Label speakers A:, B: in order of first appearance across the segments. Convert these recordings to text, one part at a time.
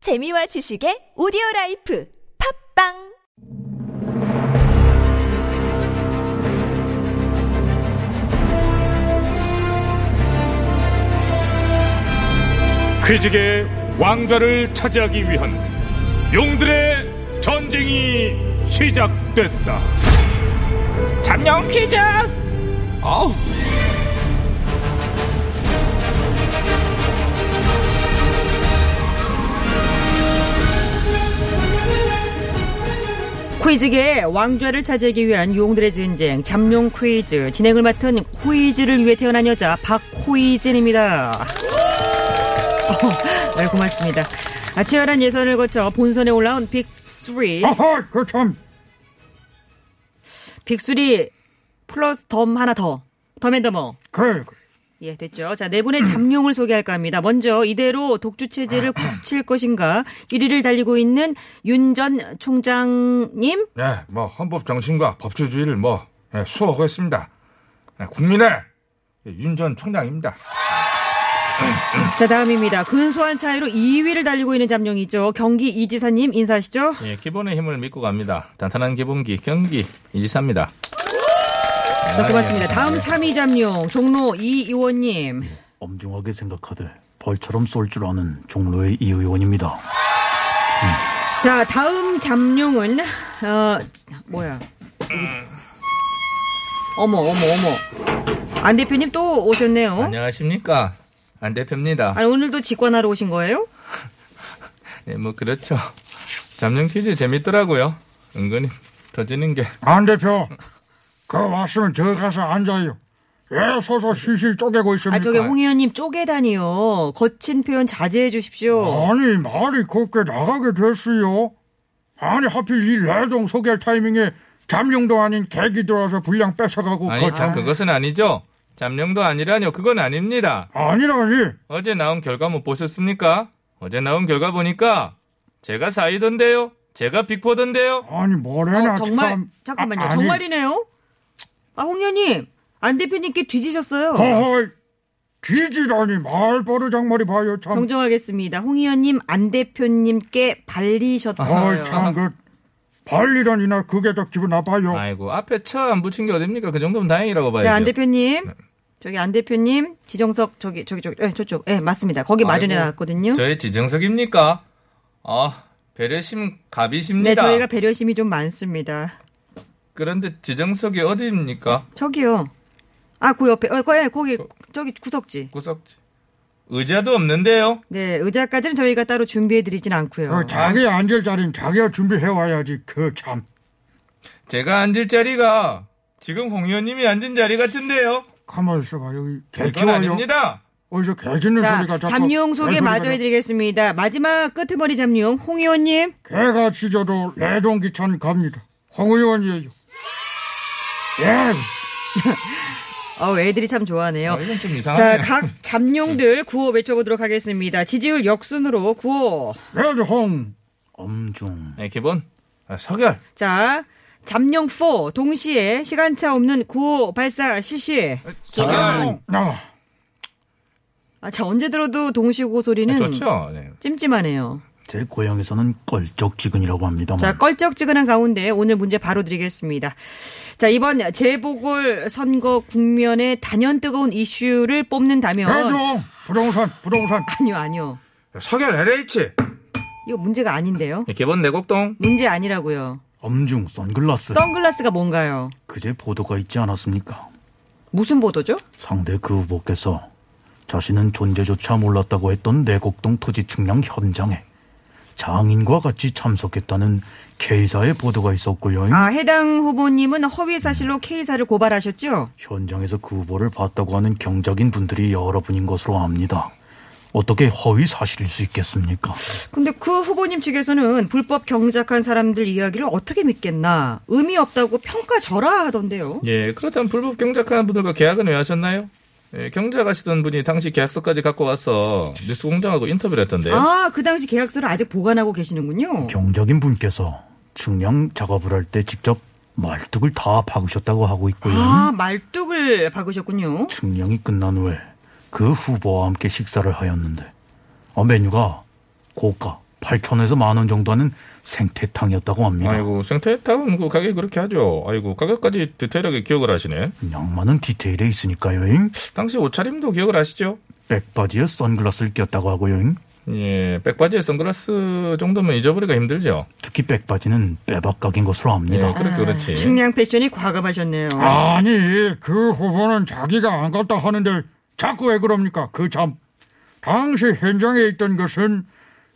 A: 재미와 지식의 오디오 라이프 팝빵
B: 퀴직의 왕좌를 차지하기 위한 용들의 전쟁이 시작됐다. 잠룡 퀴즈! 어우.
C: 퀴즈계의 왕좌를 차지하기 위한 용들의 전쟁 잠룡 퀴즈 진행을 맡은 퀴즈를 위해 태어난 여자 박호이진입니다. 어, 네, 고맙습니다. 아, 치열한 예선을 거쳐 본선에 올라온 빅3
D: 아하, 그참
C: 빅3 플러스 덤 하나 더 덤앤더머
D: 그,
C: 예, 됐죠. 자, 네 분의 잠룡을 소개할까 합니다. 먼저 이대로 독주 체제를 굳힐 것인가 1위를 달리고 있는 윤 전 총장님
E: 네, 뭐 헌법 정신과 법치주의를 뭐 예, 수호하겠습니다. 예, 국민의 윤 전 총장입니다.
C: 자 다음입니다. 근소한 차이로 2위를 달리고 있는 잠룡이죠. 경기 이지사님 인사하시죠.
F: 예, 기본의 힘을 믿고 갑니다. 단단한 기본기 경기 이지사입니다.
C: 자
D: 네,
C: 고맙습니다. 다음 3위 잠룡 종로 이 의원님.
G: 엄중하게 생각하되 벌처럼 쏠 줄 아는 종로의 이 의원입니다.
C: 자 다음 잠룡은 어 뭐야? 어머 어머 어머. 안 대표님 또
B: 어?
C: 오셨네요.
F: 안녕하십니까? 안 대표입니다.
C: 아니 오늘도 직관하러 오신 거예요?
F: 예, 뭐 그렇죠. 잡념 퀴즈 재밌더라고요. 은근히 터지는 게
D: 안 대표. 그 왔으면 저 가서 앉아요. 왜 서서 실실 쪼개고 있습니까?
C: 아 저게 홍 의원님 쪼개다니요. 거친 표현 자제해 주십시오. 어,
D: 아니, 말이 곱게 나가게 됐어요. 아니, 하필 이 레동 소개할 타이밍에 잠룡도 아닌 객이 들어와서 분량 뺏어가고.
F: 아니
D: 그-
F: 참 그것은 아니죠. 잡념도 아니라뇨. 그건 아닙니다.
D: 아니라니.
F: 어제 나온 결과 못 보셨습니까? 어제 나온 결과 보니까 제가 4위던데요. 제가 빅포던데요.
D: 아니, 뭐래나.
C: 어, 정말
D: 참.
C: 잠깐만요.
D: 아, 아니.
C: 정말이네요. 아 홍 의원님 안 대표님께 뒤지셨어요.
D: 허허이. 뒤지라니, 말버릇 장머리 봐요, 참.
C: 어. 정정하겠습니다. 홍 의원님, 안 대표님께 발리셨어요.
D: 어이, 참, 그, 발리란이나 그게 더 기분 나빠요.
F: 아이고 앞에 처 안 붙인 게 어딥니까? 그 정도면 다행이라고 봐야죠.
C: 자, 안 대표님. 저기 안 대표님, 지정석 저기 저기 저기 예, 저쪽. 예, 맞습니다. 거기 마련해
F: 아이고,
C: 놨거든요. 네,
F: 저의 지정석입니까? 아, 배려심 갑이십니다.
C: 네, 저희가 배려심이 좀 많습니다.
F: 그런데 지정석이 어디입니까?
C: 저기요. 아, 그 옆에 어, 거- 예, 거기 저기 구석지.
F: 구석지. 의자도 없는데요.
C: 네, 의자까지는 저희가 따로 준비해 드리진 않고요.
F: 아,
D: 그 자기 앉을 자리는 자기가 준비해와야지, 그, 참.
F: 제가 앉을 자리가 지금 홍 의원님이 앉은 자리 같은데요.
D: 가만 있어봐 여기 개
F: 이건
D: 키워요.
F: 아닙니다.
D: 어디서 개 짖는
C: 자,
D: 소리가 자꾸
C: 잠룡 소개
D: 개소리가
C: 마저 해 드리겠습니다. 마지막 끄트머리 잠룡 홍 의원님.
D: 나- 개가 짖어도 레동기천 갑니다. 홍 의원이에요. 예,
C: 어, 애들이 참 좋아하네요.
F: 아, 이건 좀
C: 자,
F: 이상하네요.
C: 각 잠룡들 구호 외쳐보도록 하겠습니다. 지지율 역순으로 구호.
D: 레드홍.
G: 엄중.
F: 네, 기본.
E: 아, 서결,
C: 자, 잠룡 4 동시에 시간차 없는 구호 발사 실시.
F: 서결.
D: 나
C: 아, 자, 언제 들어도 동시고 소리는
F: 좋죠. 네.
C: 찜찜하네요.
G: 제 고향에서는 껄쩍지근이라고 합니다.
C: 자, 껄쩍지근한 가운데 오늘 문제 바로 드리겠습니다. 자, 이번 재보궐 선거 국면에 단연 뜨거운 이슈를 뽑는다면
D: 레드홍. 부동산, 부동산.
C: 아니요, 아니요.
E: 서결 LH.
C: 이거 문제가 아닌데요.
F: 네, 기본 내곡동.
C: 문제 아니라고요.
G: 엄중
F: 네.
G: 선글라스.
C: 선글라스가 뭔가요?
G: 그제 보도가 있지 않았습니까?
C: 무슨 보도죠?
G: 상대 그 후보께서 자신은 존재조차 몰랐다고 했던 내곡동 토지 측량 현장에 장인과 같이 참석했다는 K사의 보도가 있었고요.
C: 아, 해당 후보님은 허위 사실로 K사를 고발하셨죠?
G: 현장에서 그 후보를 봤다고 하는 경작인 분들이 여러분인 것으로 압니다. 어떻게 허위 사실일 수 있겠습니까?
C: 근데 그 후보님 측에서는 불법 경작한 사람들 이야기를 어떻게 믿겠나? 의미 없다고 평가절하 하던데요.
F: 예, 그렇다면 불법 경작하는 분들과 계약은 왜 하셨나요? 예, 경작하시던 분이 당시 계약서까지 갖고 와서 뉴스 공장하고 인터뷰를 했던데요.
C: 아, 그 당시 계약서를 아직 보관하고 계시는군요.
G: 경작인 분께서 측량 작업을 할 때 직접 말뚝을 다 박으셨다고 하고 있고요.
C: 아,
F: 음.
C: 말뚝을 박으셨군요.
G: 측량이 끝난 후에 그 후보와 함께 식사를 하였는데 어, 메뉴가 고가, 8천에서 만 원 정도 하는 생태탕이었다고 합니다.
F: 아이고 생태탕은 그 가격이 그렇게 하죠. 아이고 가격까지 디테일하게 기억을 하시네.
G: 양만은 디테일에 있으니까요.
F: 당시 옷차림도 기억을 하시죠?
G: 백바지에 선글라스를 꼈다고 하고요.
F: 예, 백바지에 선글라스 정도면 잊어버리기가 힘들죠.
G: 특히 백바지는 빼박각인 것으로
F: 예,
G: 압니다.
F: 그렇게 그렇지.
C: 네, 식량 패션이 과감하셨네요.
D: 아니 그 후보는 자기가 안 갔다 하는데 자꾸 왜 그럽니까? 그 참 당시 현장에 있던 것은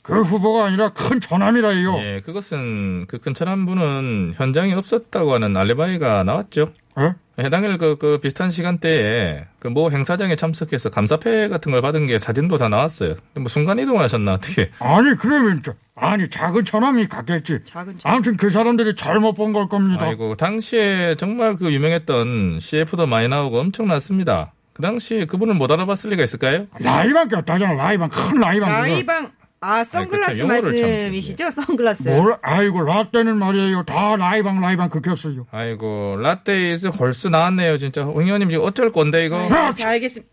D: 그 후보가 아니라 큰 전함이라요.
F: 예, 그것은 그 근처한 분은 현장에 없었다고 하는 알리바이가 나왔죠.
D: 예?
F: 해당일 그, 그 비슷한 시간대에 그 모 행사장에 참석해서 감사패 같은 걸 받은 게 사진도 다 나왔어요. 뭐 순간 이동하셨나 어떻게?
D: 아니 그러면 저- 아니 작은 전함이 갔겠지.
C: 작은 차.
D: 아무튼 그 사람들이 잘못 본 걸 겁니다.
F: 아이고 그 당시에 정말 그 유명했던 CF도 많이 나오고 엄청났습니다. 그 당시 그분을 못 알아봤을 리가 있을까요?
D: 라이밖에 없다잖아 라이방 큰 라이방.
C: 나이방 아 선글라스
F: 아니, 그렇죠. 영어를 참
C: 말씀이시죠? 선글라스.
D: 뭘 아이고 라떼는 말이에요 다 라이방 라이방 긁혔어요.
F: 아이고 라떼이즈 헐스 나왔네요 진짜 홍현님 지금 어쩔 건데 이거
D: 음.
C: 아, 자 알겠습니다.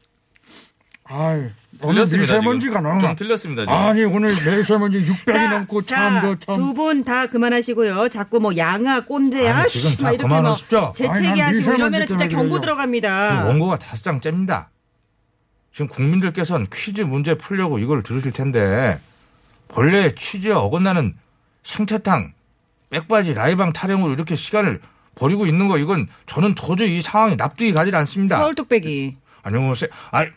D: 아이 오늘
F: 들렸습니다 지금.
D: 미세먼지가 너무
F: 좀 들렸습니다 지금
D: 아니 오늘 미세먼지 600이 넘고 참그 참.
C: 자두 분 다 그만하시고요. 자꾸 뭐 양아 꼰대야
E: 아니, 지금
C: 씨,
E: 다
C: 막 이렇게 막
E: 그만하십시오.
D: 아니,
C: 재채기
D: 난
C: 하시고
D: 미세먼지
C: 이러면 진짜
D: 때문에
C: 경고
D: 그래요.
E: 지금
C: 들어갑니다.
E: 원고가 다섯 장 짭니다. 지금 국민들께서는 퀴즈 문제 풀려고 이걸 들으실 텐데 본래 취지에 어긋나는 생태탕, 백바지, 라이방 타령으로 이렇게 시간을 버리고 있는 거 이건 저는 도저히 이 상황이 납득이 가질 않습니다.
C: 서울 뚝배기.
E: 안녕하세요. 아이,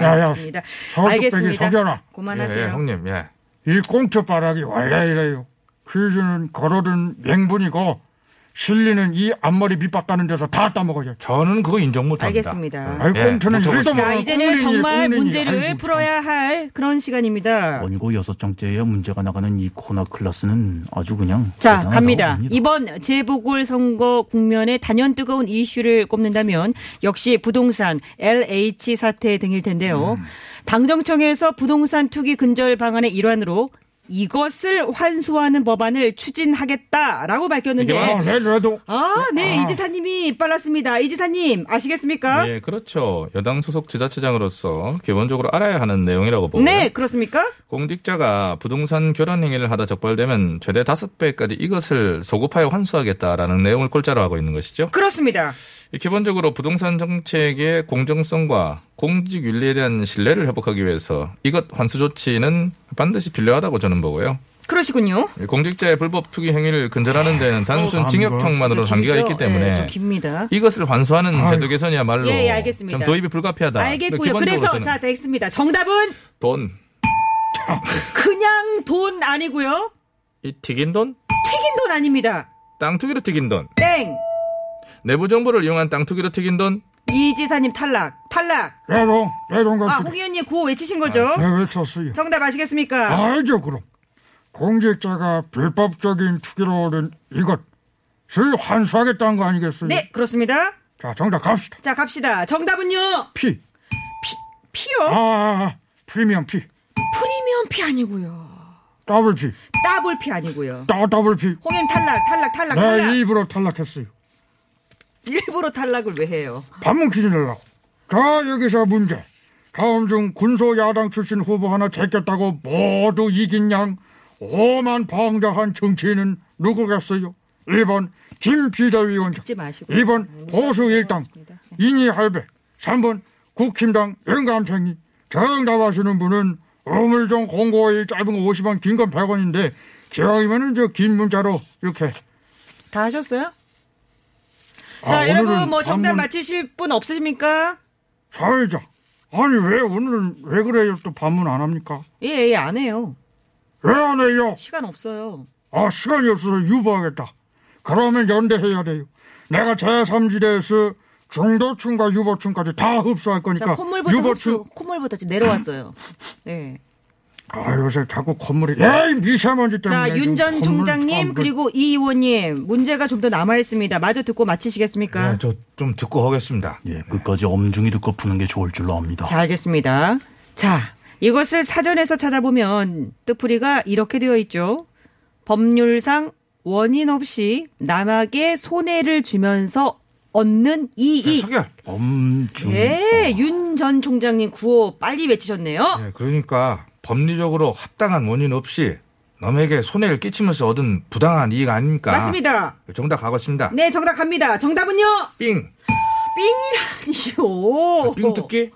D: 야야
C: 알겠습니다.
D: 서울 뚝배기
C: 알겠습니다.
D: 속여라.
E: 예, 예,
C: 그만하세요.
E: 형님, 예.
D: 이 꽁트바락이 원래 이래요. 퀴즈는 걸어둔 맹분이고 실리는 이 앞머리 밑밥 따는 데서 다 따먹어요.
E: 저는 그거 인정 못합니다.
C: 알겠습니다.
D: 아이
E: 예,
D: 꽁트는
E: 못하고
D: 여기도
E: 있어요.
C: 자
D: 먹어요.
C: 이제는
D: 꽁트니,
C: 정말
D: 꽁트니.
C: 문제를
D: 아이고,
C: 풀어야 할 그런 시간입니다.
G: 원고 여섯 장째에 문제가 나가는 이 코너 클라스는 아주 그냥
C: 자,
F: 네,
G: 대단하다고
C: 갑니다.
G: 봅니다.
C: 이번 재보궐선거 국면에 단연 뜨거운 이슈를 꼽는다면 역시 부동산, LH 사태 등일 텐데요.
F: 음.
C: 당정청에서 부동산 투기 근절 방안의 일환으로 이것을 환수하는 법안을 추진하겠다라고 밝혔는데
F: 뭐?
D: 아, 네, 그래도
C: 아, 네, 이 지사님이 빨랐습니다. 이 지사님 아시겠습니까?
F: 예 그렇죠 여당 소속 지자체장으로서 기본적으로 알아야 하는 내용이라고 보고
C: 네, 그렇습니까?
F: 공직자가 부동산 교란 행위를 하다 적발되면 최대 5배까지 이것을 소급하여 환수하겠다라는 내용을 골자로 하고 있는 것이죠
C: 그렇습니다.
F: 이 기본적으로 부동산 정책의 공정성과 공직 윤리에 대한 신뢰를 회복하기 위해서 이것 환수 조치는 반드시 필요하다고 저는 보고요
C: 그러시군요.
F: 이 공직자의 불법 투기 행위를 근절하는 데는 단순 징역형만으로 한계가
C: 길죠?
F: 있기
C: 예, 좀
F: 때문에
C: 깁니다.
F: 이것을 환수하는 제도 개선이야말로
C: 예, 예, 알겠습니다.
F: 좀 도입이 불가피하다.
C: 알겠고요.
F: 기본적으로
C: 그래서
F: 저는
C: 자, 됐습니다. 정답은
F: 돈,
C: 그냥 돈 아니고요.
F: 이 튀긴 돈,
C: 튀긴 돈 아닙니다.
F: 땅 투기로 튀긴 돈,
C: 땡.
F: 내부 정보를 이용한 땅 투기로 튀긴 돈.
C: 이 지사님 탈락. 탈락.
D: 레동, 레동
C: 아,
D: 같이
C: 홍 의원님 구호 외치신 거죠?
D: 내가 외쳤어요.
C: 정답 아시겠습니까?
D: 알죠, 그럼. 공직자가 불법적인 투기로 얻은 이것을 환수하겠다는 거 아니겠어요?
C: 네, 그렇습니다.
D: 자, 정답 갑시다.
C: 자, 갑시다. 정답은요.
D: 피. 아,
C: 피요.
D: 아, 아, 프리미엄 피.
C: 프리미엄 피 아니고요.
D: 더블 피.
C: 더블 피 아니고요.
D: 더, 더블 피.
C: 홍 의원님 탈락, 탈락, 탈락, 탈락.
D: 내 입으로 탈락했어요.
C: 일부러 탈락을 왜 해요?
D: 반문 퀴즈 내려고. 자, 여기서 문제. 다음 중 군소 야당 출신 후보 하나 제꼈다고 모두 이긴 양 오만 방자한 정치인은 누구겠어요? 1번 김 비대위원장,
C: 듣지 마시고. 네,
D: 2번 아, 보수 일당,
C: 고맙습니다.
D: 이니 할배, 3번 국힘당 영감탱이. 정답하시는 분은 우물정 공고일 짧은 거 50원, 긴 건 100원인데 기왕이면은 저 긴 문자로 이렇게.
C: 다 하셨어요?
D: 아,
C: 자, 여러분
D: 오늘은
C: 뭐 정답
D: 반문-
C: 맞히실 분 없으십니까?
D: 사회자. 아니 왜 오늘은 왜 그래요? 또 반문 안 합니까?
C: 예, 예, 안 해요.
D: 왜 안 해요?
C: 시간 없어요.
D: 아 시간이 없어서 유보하겠다. 그러면 연대해야 돼요. 내가 제3지대에서 중도층과 유보층까지 다 흡수할
C: 자,
D: 거니까
C: 콧물부터
D: 그러니까 유보층
C: 흡수, 콧물부터 지금 내려왔어요. 네.
D: 아 요새 자꾸 콧물이
F: 예.
D: 에이 미세먼지 때문에
C: 자, 윤 전
D: 지금 콧물
C: 총장님
D: 참 그-
C: 그리고 이 의원님 문제가 좀 더 남아 있습니다. 마저 듣고 마치시겠습니까?
E: 예,
D: 네.
E: 저좀 듣고 하겠습니다.
G: 예, 끝까지 엄중히 듣고 푸는 게 좋을 줄로 압니다.
C: 자, 알겠습니다. 자, 이것을 사전에서 찾아보면 뜻풀이가 이렇게 되어 있죠. 법률상 원인 없이 남에게 손해를 주면서 얻는
D: 네,
C: 이익.
E: 서결.
G: 엄중.
C: 예, 윤 전 총장님 구호 빨리 외치셨네요.
E: 예, 그러니까 법리적으로 합당한 원인 없이 남에게 손해를 끼치면서 얻은 부당한 이익
D: 네.
E: 아닙니까?
C: 맞습니다.
E: 정답 가겠습니다.
C: 네, 정답 갑니다. 정답은요?
E: 삥.
C: 삥이라니요.
E: 아, 삥 뜯기?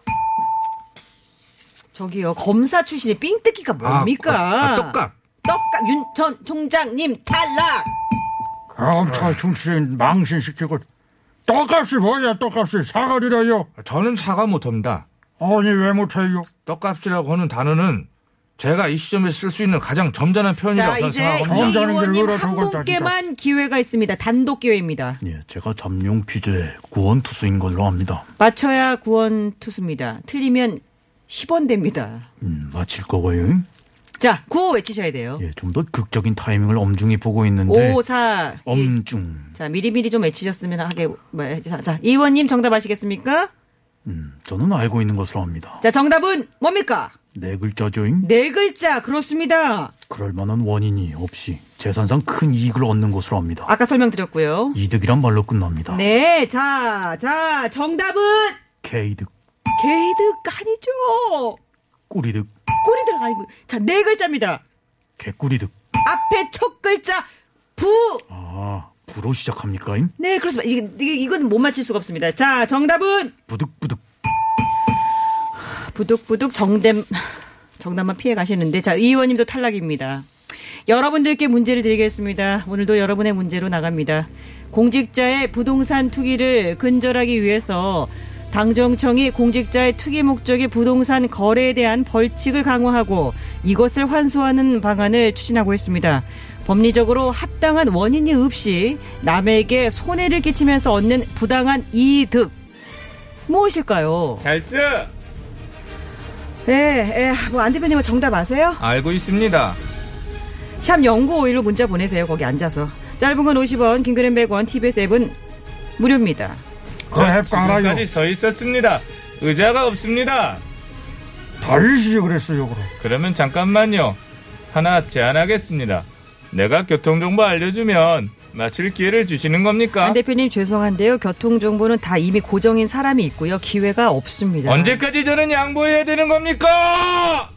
C: 저기요, 검사 출신의 삥뜯기가 뭡니까?
E: 아, 아, 떡값.
C: 떡값. 윤 전 총장님 탈락.
D: 검찰 출신 아, 망신시키고 떡값이 뭐야 떡값이 사과드려요
E: 저는 사과 못합니다.
D: 아니 왜 못해요
E: 떡값이라고 하는 단어는 제가 이 시점에 쓸 수 있는 가장 점잖은
C: 자,
E: 표현이라고
C: 이제
E: 생각합니다.
C: 이
D: 정자는
C: 의원님
D: 일부러
C: 한
D: 저걸
C: 분께만 기회가 있습니다. 단독 기회입니다.
G: 예, 제가 잠룡 퀴즈의 구원투수인 걸로 압니다.
C: 맞춰야 구원 투수입니다. 틀리면 10원 됩니다.
G: 음, 마칠 거고요.
C: 자, 구호 외치셔야 돼요.
G: 예, 좀 더 극적인 타이밍을 엄중히 보고 있는데.
E: 네.
C: 오, 사. 이.
G: 엄중.
C: 자, 미리미리 좀 외치셨으면 하게. 뭐, 자, 자, 이 의원님 정답 아시겠습니까?
G: 음, 저는 알고 있는 것으로 압니다.
C: 자, 정답은 뭡니까?
G: 네 글자죠잉.
C: 네 글자, 그렇습니다.
G: 그럴 만한 원인이 없이 재산상 큰 이익을 얻는 것으로 압니다.
C: 아까 설명드렸고요.
G: 이득이란 말로 끝납니다.
C: 네, 자, 자, 정답은
G: 개이득,
C: 개이득 아니죠.
G: 꿀이득,
C: 꿀이 들어가는 거. 자, 네 글자입니다.
G: 개꿀이득.
C: 앞에 첫 글자 부.
G: 아, 부로 시작합니까잉?
C: 네, 그렇습니다. 이게, 이게 이건 못 맞힐 수가 없습니다. 자, 정답은
G: 부득부득.
C: 부득부득 정dem 정답만 피해 가시는데 자, 이 의원님도 탈락입니다. 여러분들께 문제를 드리겠습니다. 오늘도 여러분의 문제로 나갑니다. 공직자의 부동산 투기를 근절하기 위해서 당정청이 공직자의 투기 목적의 부동산 거래에 대한 벌칙을 강화하고 이것을 환수하는 방안을 추진하고 있습니다. 법리적으로 합당한 원인이 없이 남에게 손해를 끼치면서 얻는 부당한 이득 무엇일까요?
F: 잘쓰
C: 네, 예, 뭐안 대표님은 정답 아세요?
F: 알고 있습니다.
C: 샵 0951로 문자 보내세요. 거기 앉아서. 짧은 건 50원, 긴 글은 100원, TBS 앱은 무료입니다.
D: 그거
E: 네,
F: 저
D: 해 깔아요
F: 지금까지 서 있었습니다. 의자가 없습니다.
D: 달리시 그랬어요 그럼
F: 그러면 잠깐만요. 하나 제안하겠습니다. 내가 교통정보 알려주면 맞힐 기회를 주시는 겁니까?
C: 안 대표님 죄송한데요. 교통정보는 다 이미 고정인 사람이 있고요. 기회가 없습니다.
F: 언제까지 저는 양보해야 되는 겁니까?